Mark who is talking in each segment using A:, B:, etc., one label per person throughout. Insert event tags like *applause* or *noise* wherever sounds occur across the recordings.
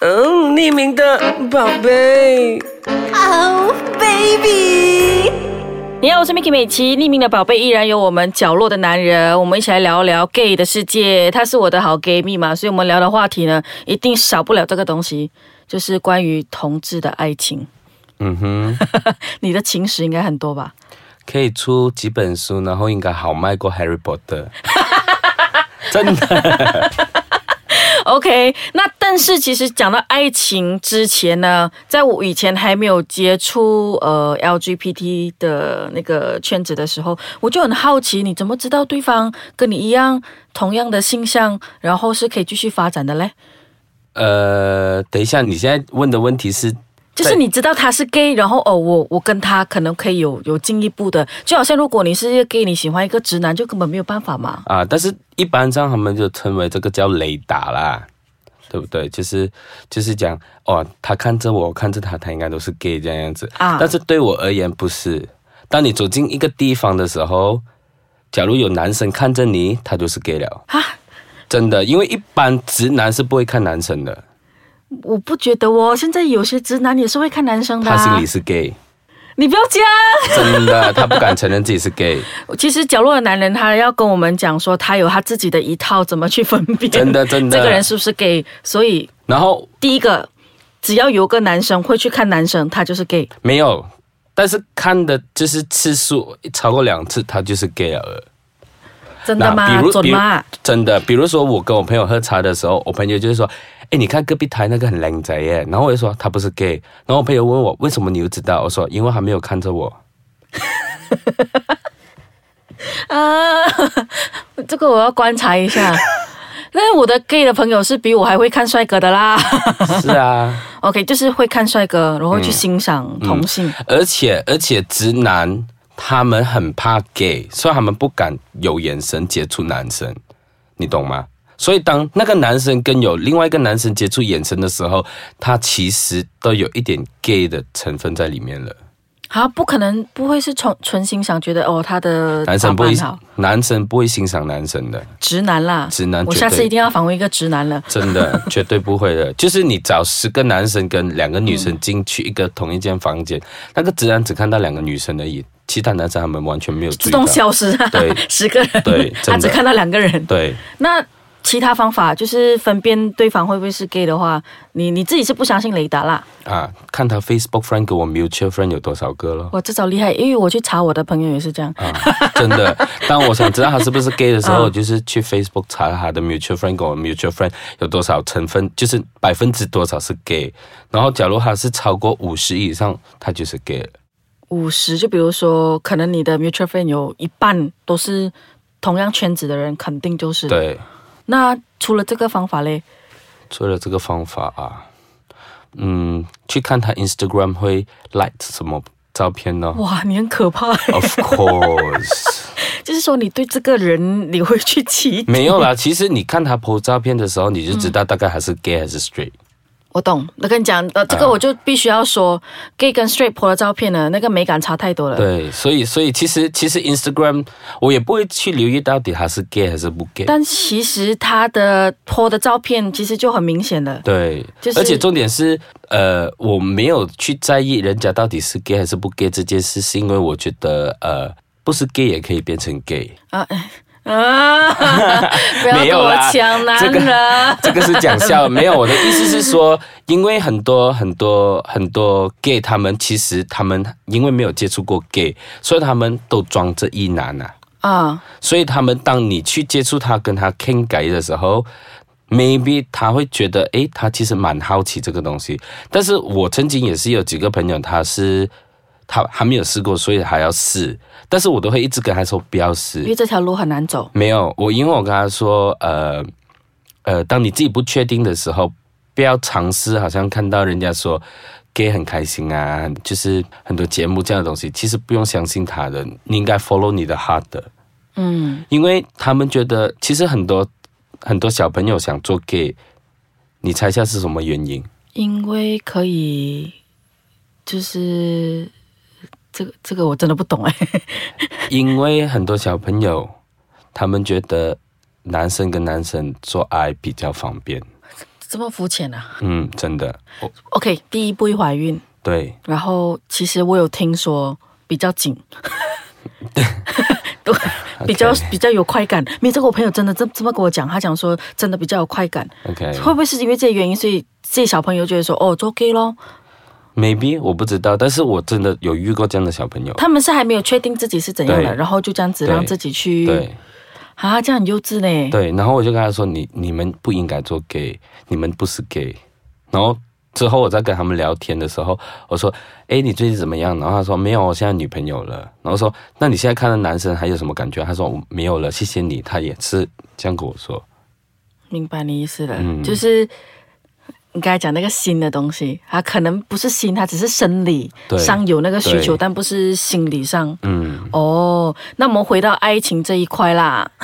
A: 嗯，匿名的宝贝。
B: Oh baby，
C: 你好，我是 Miki 美琪，匿名的宝贝依然有我们角落的男人，我们一起来聊一聊 gay 的世界。他是我的好 gay 蜜嘛，所以我们聊的话题呢，一定少不了这个东西，就是关于同志的爱情。
D: 嗯哼，
C: 你的情史应该很多吧？
D: 可以出几本书，然后应该好卖过 Harry Potter。真的，
C: OK，那但是其实讲到爱情之前呢，在我以前还没有接触呃 LGBT 的那个圈子的时候，我就很好奇，你怎么知道对方跟你一样同样的性向，然后是可以继续发展的嘞？
D: 呃，等一下，你现在问的问题是
C: 就是你知道他是 gay，然后哦，我我跟他可能可以有有进一步的，就好像如果你是一个 gay，你喜欢一个直男，就根本没有办法嘛。
D: 啊，但是一般上他们就称为这个叫雷达啦，对不对？就是就是讲哦，他看着我，我看着他，他应该都是 gay 这样子
C: 啊
D: 但是对我而言不是。当你走进一个地方的时候，假如有男生看着你，他就是 gay 了。
C: 啊，
D: 真的，因为一般直男是不会看男生的，
C: 我不觉得哦，现在有些直男也是会看男生的、
D: 他
C: 啊。
D: 心里是 gay，、
C: 你不要这样。
D: 真的，他不敢承认自己是 gay，
C: 其实角落的男人他要跟我们讲说，他有他自己的一套怎么去分辨，*laughs*
D: 真的真的。
C: 这个人是不是 gay。所以
D: 然后
C: 第一个，只要有个男生会去看男生，他就是 gay。
D: 没有，但是看的就是次数超过两次，他就是 gay 了。
C: 真的
D: 那
C: 吗
D: 比？如
C: 准吗？
D: 真的，比如说我跟我朋友喝茶的时候，我朋友就是说：“哎，你看隔壁台那个很靓仔耶。”然后我就说他不是 gay。然后我朋友问我为什么你又知道，我说因为他没有看着我。
C: 啊， *laughs* 这个我要观察一
D: *laughs*
C: 下。但是我的 gay 的朋友是比我还会看帅哥的
D: *laughs*
C: 啦。
D: 是啊，
C: OK，就是会看帅哥，然后去欣赏
D: 嗯
C: 同性。
D: 而且而且直男他们很怕 gay，所以他们不敢有眼神接触男生，你懂吗？所以当那个男生跟有另外一个男生接触眼神的时候，他其实都有一点 gay 的成分在里面了。
C: 啊，不可能，不会是纯纯欣赏，觉得哦，他的
D: 男生不
C: 打
D: 会
C: 扮好，
D: 男生不会欣赏男生的。
C: 直男啦，
D: 直男
C: 我
D: 绝
C: 下次
D: 对
C: 一定要访问一个直男了。
D: 真的绝对不会
C: *laughs*
D: 的。就是你找十个男生跟两个女生进去一个同一间房间，那个直男只看到两个女生而已，其他男生他们完全没有注
C: 自
D: 意到
C: 动。消失，
D: 对
C: *laughs* 十个人，
D: 对
C: 他
D: 真
C: 只
D: 的
C: 看到两个人。
D: 对，
C: 那其他方法就是分辨对方会不会是 gay 的话，你你自己是不相信雷达啦。
D: 啊，看他 Facebook friend 跟我 mutual friend 有多少个咯。
C: 我这招厉害，因为我去查我的朋友也是这样。
D: 啊，真的。当我想知道他是不是 gay 的时
C: 嗯
D: 候，我就是去 Facebook 查他的 mutual friend 跟我 mutual friend 有多少成分，就是百分之多少是 gay。然后，假如他是超过五十以上，他就是 gay 了。
C: 五十，就比如说，可能你的 mutual friend 有一半都是同样圈子的人，肯定就是。。
D: 对，
C: 那除了这个方法嘞，
D: 除了这个方法啊，嗯，去看他 Instagram 会 like 什么照片呢
C: 哇，你很可怕。 *laughs*
D: ？Of course， *laughs*
C: 就是说，你对这个人你会去起。
D: 没有啦。其实你看他 po 照片的时候，你就知道大概还是 gay 还是 straight。
C: 我懂，我跟你讲，呃，
D: 啊
C: 这个我就必须要说、g a y 跟 straight 婆的照片呢，那个美感差太多了。。
D: 对，所以所以其实其实 Instagram 我也不会去留意到底他是 gay 还是不 gay。
C: 但其实他的 po 的照片其实就很明显了。
D: 对，
C: 就是
D: 而且重点是，呃，我没有去在意人家到底是 gay 还是不 gay 这件事，是因为我觉得，呃，不是 gay 也可以变成 gay。 *laughs*
C: 啊哎啊！ *laughs* 不要
D: 没
C: 跟
D: 有
C: 我
D: 啦
C: 抢男
D: 这个
C: 人。
D: *laughs* 这个是
C: *laughs*
D: 讲笑，没有我的意思是说，因为很多很多很多 gay 他们其实他们因为没有接触过 gay，所以他们都装着一男啊，
C: 啊，
D: 所以他们当你去接触他跟他 king 改的时候。maybe 他会觉得，诶，他其实蛮好奇这个东西。但是我曾经也是有几个朋友，他是他还没有试过，所以还要试。但是我都会一直跟他说不要试，
C: 因为这条路很难走。
D: 没有，我因为我跟他说，呃，呃，当你自己不确定的时候，不要尝试。好像看到人家说 gay 很开心啊，就是很多节目这样的东西，其实不用相信他的，你应该 follow 你的 heart 的，
C: 嗯，
D: 因为他们觉得其实很多很多小朋友想做 gay，你猜一下是什么原因？
C: 因为可以，就是这个这个我真的不懂哎。
D: 因为很多小朋友他们觉得男生跟男生做爱比较方便。
C: *laughs* 这么肤浅啊
D: 嗯，真的，我
C: ？OK，第一不会怀孕，
D: 对，
C: 然后其实我有听说比较紧， *laughs* 对，比 *laughs* 较
D: OK
C: 比较有快感。没有这个，我朋友真的这这么跟我讲，他讲说真的比较有快感。
D: OK
C: 会不会是因为这些原因，所以这些小朋友就会说哦，做 gay 咯？
D: maybe 我不知道，但是我真的有遇过这样的小朋友，
C: 他们是还没有确定自己是怎样的，
D: 对
C: 然后就这样子
D: 对
C: 让自己去
D: 对
C: 啊，这样很幼稚呢。
D: 对，然后我就跟他说，你你们不应该做 gay，你们不是 gay，然后。之后我在跟他们聊天的时候，我说：“哎，你最近怎么样？”然后他说：“没有，我现在女朋友了。”然后说：“那你现在看到男生还有什么感觉？”他说：“我没有了，谢谢你。”他也是这样跟我说。
C: 明白你意思了，
D: 嗯
C: 就是你刚才讲那个新的东西，它可能不是新，它只是生理
D: 对
C: 上有那个需求，
D: 对
C: 但不是心理上。
D: 嗯，
C: 哦，那我们回到爱情这一块啦。 *laughs*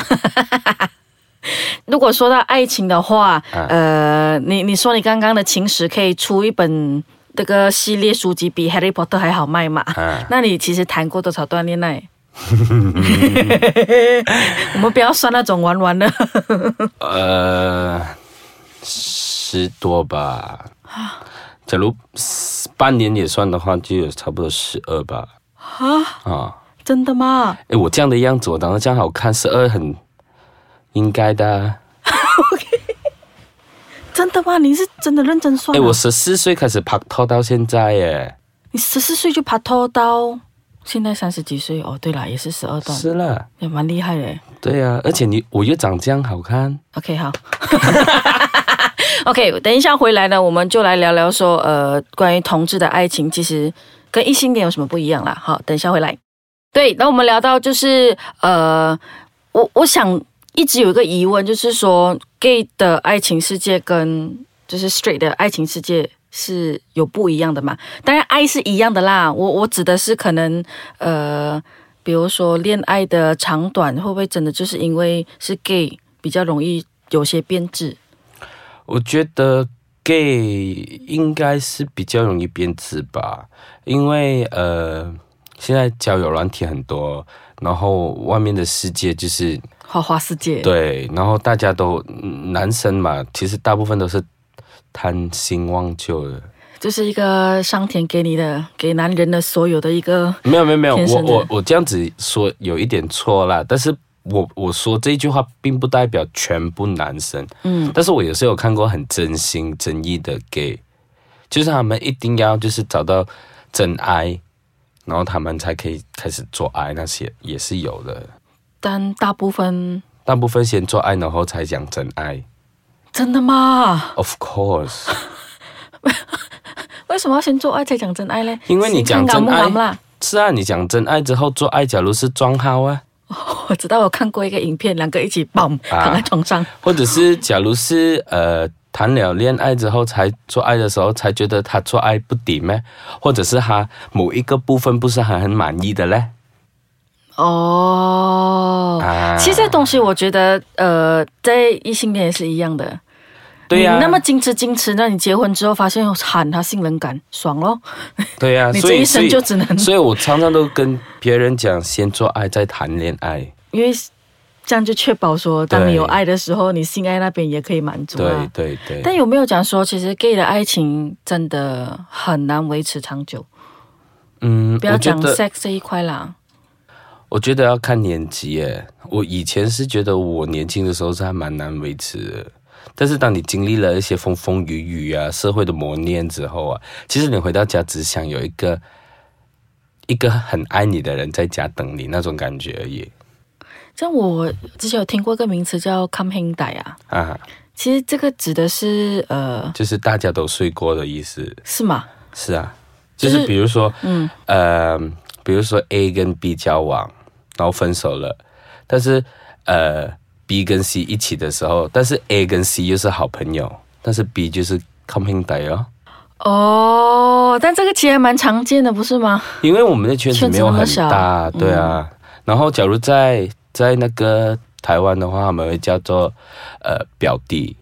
C: 如果说到爱情的话，
D: 啊
C: 呃，你你说你刚刚的情史可以出一本这个系列书籍，比《Harry Potter》还好卖嘛？
D: 啊
C: *laughs* 那你其实谈过多少段恋爱？
D: *laughs*
C: *laughs* 我们不要算那种玩玩的。 *laughs*
D: 呃，十多吧。假如十半年也算的话，就有差不多十二吧。啊啊！
C: 真的吗？
D: 哎，我这样的样子，我长得这样好看，十二很应该的啊、
C: 真的吗？你是真的认真算、
D: 哎，
C: 啊？
D: 我十四岁开始拍拖到现在，耶，
C: 你十四岁就爬拖到现在三十几岁哦。对了，也是十二段，
D: 是了，
C: 也蛮厉害的。
D: 对啊，而且你我又长这样好看，
C: OK，好。OK，等一下回来呢，我们就来聊聊说，呃，关于同志的爱情，其实跟异性恋有什么不一样啦？好，等一下回来。对，那我们聊到就是，呃，我我想一直有一个疑问，就是说，gay 的爱情世界跟就是 straight 的爱情世界是有不一样的嘛？当然，爱是一样的啦。我我指的是可能，呃，比如说恋爱的长短，会不会真的就是因为是 gay 比较容易有些变质？
D: 我觉得 gay 应该是比较容易变质吧，因为呃，现在交友软体很多，然后外面的世界就是
C: 花花世界，
D: 对，然后大家都嗯男生嘛，其实大部分都是贪新忘旧的。
C: 就是一个上天给你的，给男人的所有的一个
D: 没有没有没有，
C: 天
D: 我
C: 生的
D: 我我这样子说有一点错啦，但是我我说这句话并不代表全部男生，嗯，但是我有时候有看过很真心真意的 gay，就是他们一定要就是找到真爱，然后他们才可以开始做爱，那些也是有的，
C: 但大部分
D: 大部分先做爱，然后才讲真爱
C: 真的吗？
D: ，of course，
C: 为什么要先做爱才讲真爱嘞？
D: 因为你讲真
C: 先看
D: 爱
C: 敢不敢啦。
D: 是啊，你讲真爱之后做爱，假如是装好啊。
C: 我知道，我看过一个影片，两个一起绑
D: 啊
C: 躺在床上，
D: 或者是假如是呃谈了恋爱之后才做爱的时候，才觉得他做爱不抵咩？或者是他某一个部分不是还很满意的嘞？
C: 哦。
D: 啊
C: 其实这东西我觉得，呃，在异性恋也是一样的。
D: 对呀、
C: 你那么矜持矜持，那你结婚之后发现有喊他性冷感，爽咯。
D: 对呀、
C: 你
D: 所以
C: 这一生
D: 所以
C: 就只能
D: 所以我常常都跟别人讲，先做爱再谈恋爱。
C: 因为这样就确保说，当
D: 对
C: 你有爱的时候，你性爱那边也可以满足
D: 对
C: 啊。
D: 对对，
C: 但有没有讲说，其实 gay 的爱情真的很难维持长久？
D: 嗯，
C: 不要
D: 我觉
C: 讲
D: 得
C: sex 这一块啦，
D: 我觉得要看年纪耶。我以前是觉得我年轻的时候是还蛮难维持的，但是当你经历了一些风风雨雨啊、社会的磨练之后啊，其实你回到家只想有一个一个很爱你的人在家等你那种感觉而已
C: 像我之前有听过一个名词叫 “come hang die” 啊，
D: 啊，
C: 其实这个指的是呃，
D: 就是大家都睡过的意思。
C: 是吗？
D: 是啊，就
C: 就是
D: 是比如说，嗯，呃，比如说 A 跟 B 交往，然后分手了，但是呃 B 跟 C 一起的时候，但是 A 跟 C 又是好朋友，但是 B 就是 coming day 哦，
C: 哦，但这个其实还蛮常见的，不是吗？
D: 因为我们的圈子
C: 圈子
D: 没有
C: 那么
D: 很
C: 小嗯
D: 大，对啊。然后假如在在那个台湾的话，他们会叫做呃表弟，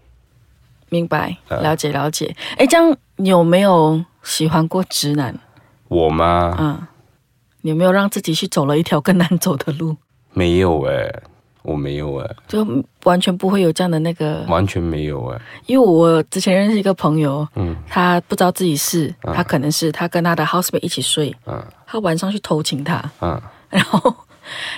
C: 明白，
D: 呃
C: 了解了解。哎，这样你有没有喜欢过直男？
D: 我吗？
C: 啊嗯，你有没有让自己去走了一条更难走的路？ *laughs*
D: 没有诶、欸我没有哎、
C: 就完全不会有这样的那个。
D: 完全没有哎、
C: 因为我之前认识一个朋友，他不知道自己是，他可能是他跟他的 housemate 一起睡，
D: 啊
C: 他晚上去偷情他， *laughs*
D: 嗯
C: 然后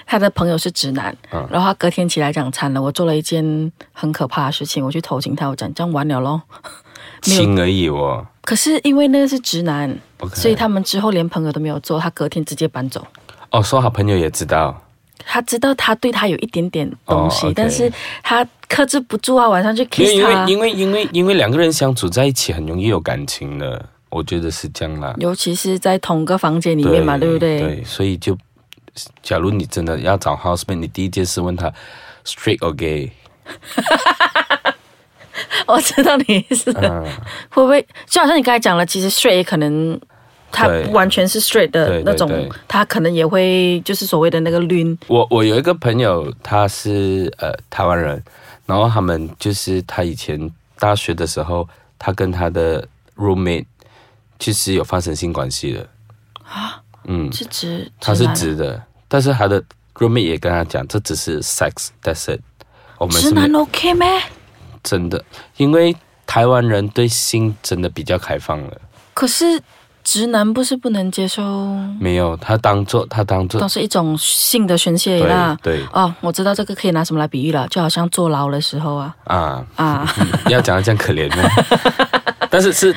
C: 他的朋友是直男，然后他隔天起来讲惨了，我做了一件很可怕的事情，我去偷情他，我讲这样完了咯。 *laughs* 没有
D: 亲而已哦。
C: 可是因为那个是直男
D: OK
C: 所以他们之后连朋友都没有做，他隔天直接搬走。
D: 哦，说好朋友也知道，
C: 他知道他对他有一点点东西
D: 哦，OK
C: 但是他克制不住啊，晚上去
D: 因
C: kiss
D: 为因
C: 他
D: 为，因为因为因为两个人相处在一起很容易有感情的，我觉得是这样啦。
C: 尤其是在同个房间里面嘛，对不对？
D: 对，所以就，假如你真的要找 housemate，你第一件事问他 straight or gay，
C: 我哦知道你意
D: *laughs*
C: 思，
D: 嗯
C: 会不会就好像你刚才讲了，其实 straight 也可能他
D: 对
C: 不完全是 straight 的
D: 对对
C: 那种
D: 对，
C: 他可能也会就是所谓的那个晕，
D: 我我有一个朋友，他是呃台湾人，然后他们就是他以前大学的时候，他跟他的 roommate 其实有发生性关系的，
C: 啊
D: 嗯
C: 是指
D: 他是
C: 男
D: 直的，但是他的 roommate 也跟他讲，这只是 sex，that's it，我们
C: 直
D: 是没
C: 男 OK 咩？
D: 真的，因为台湾人对性真的比较开放了，
C: 可是直男不是不能接受，
D: 没有他当做他当做
C: 都是一种性的宣泄
D: 对
C: 啦。
D: 对
C: 哦，我知道这个可以拿什么来比喻了，就好像坐牢的时候啊
D: 啊，
C: 啊， *laughs*
D: 要讲的这样可怜吗？ *laughs* 但是是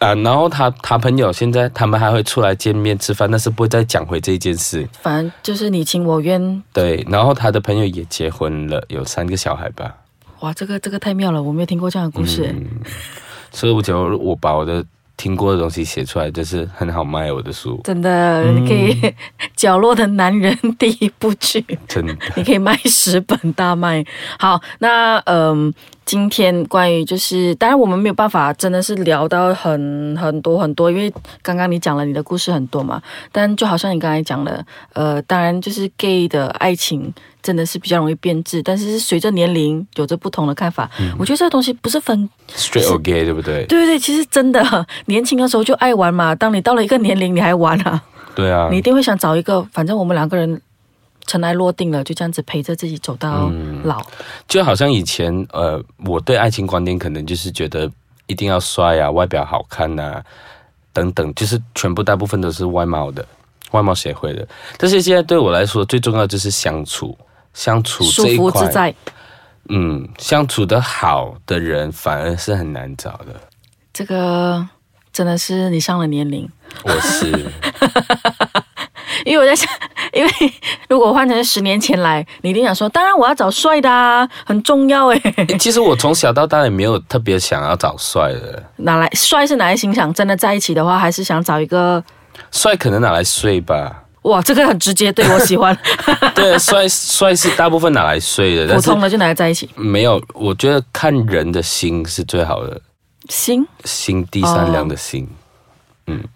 D: 啊、然后他他朋友现在他们还会出来见面吃饭，但是不会再讲回这件事。
C: 反正就是你情我愿。
D: 对，然后他的朋友也结婚了，有三个小孩吧。
C: 哇，这个这个太妙了，我没有听过这样的故事。
D: 嗯所以我觉得我把我的听过的东西写出来，就是很好卖我的书，
C: 真的，
D: 嗯
C: 你可以 *laughs* 《角落的男人》第一部剧，
D: 真的。
C: 你可以卖十本大卖。好，那嗯、今天关于就是，当然我们没有办法真的是聊到很很多很多，因为刚刚你讲了你的故事很多嘛。但就好像你刚才讲的，呃，当然就是 gay 的爱情真的是比较容易变质，但是随着年龄有着不同的看法。我觉得这个东西不是分
D: Straight or gay，对不对？
C: 对对对，其实真的年轻的时候就爱玩嘛，当你到了一个年龄，你还玩啊？
D: 对啊
C: 你一，定会想找一个，反正我们两个人尘埃落定了，就这样子陪着自己走到老。
D: 就好像以前呃，我对爱情观点可能就是觉得一定要帅啊，外表好看啊，等等，就是全部大部分都是外貌的，外貌协会的。但是现在对我来说，最重要就是相处，相处
C: 舒
D: 这一
C: 服自
D: 块，
C: 在，
D: 嗯，相处的好的人反而是很难找的。
C: 这个真的是你上了年龄。
D: 我
C: *laughs*
D: 是
C: 因为我在想，因为如果换成十年前来，你一定想说，当然我要找帅的啊，很重要诶。
D: 诶其实我从小到大也没有特别想要找帅的，
C: 哪来帅是哪来欣赏？真的在一起的话，还是想找一个
D: 帅可能拿来睡吧。
C: 哇，这个很直接，对我喜
D: *laughs*
C: 欢。
D: 对，帅帅是大部分拿来睡的，
C: 普
D: 但是
C: 通的就拿来在一起，
D: 没有，我觉得看人的心是最好的。
C: 行
D: 心地
C: 哦
D: 善良的心。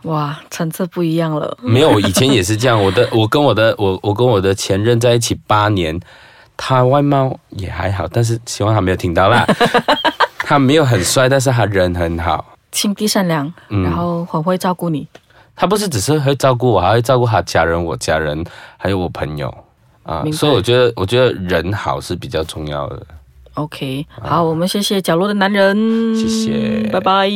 C: 哇，层次不一样了。
D: 没有，我以前也是这样。我的，我跟我的，我我跟我的前任在一起八年，他外貌也还好，但是希望他没有听
C: *laughs*
D: 到啦。他没有很帅，但是他人很好。
C: 心地善良，
D: 嗯
C: 然后很会照顾你。
D: 他不是只是会照顾我，还会照顾他家人、我家人，还有我朋友啊
C: 明。白
D: 所以我觉得，我觉得人好是比较重要的。
C: OK，好，我们谢谢角落的男人，
D: 谢谢
C: 拜拜。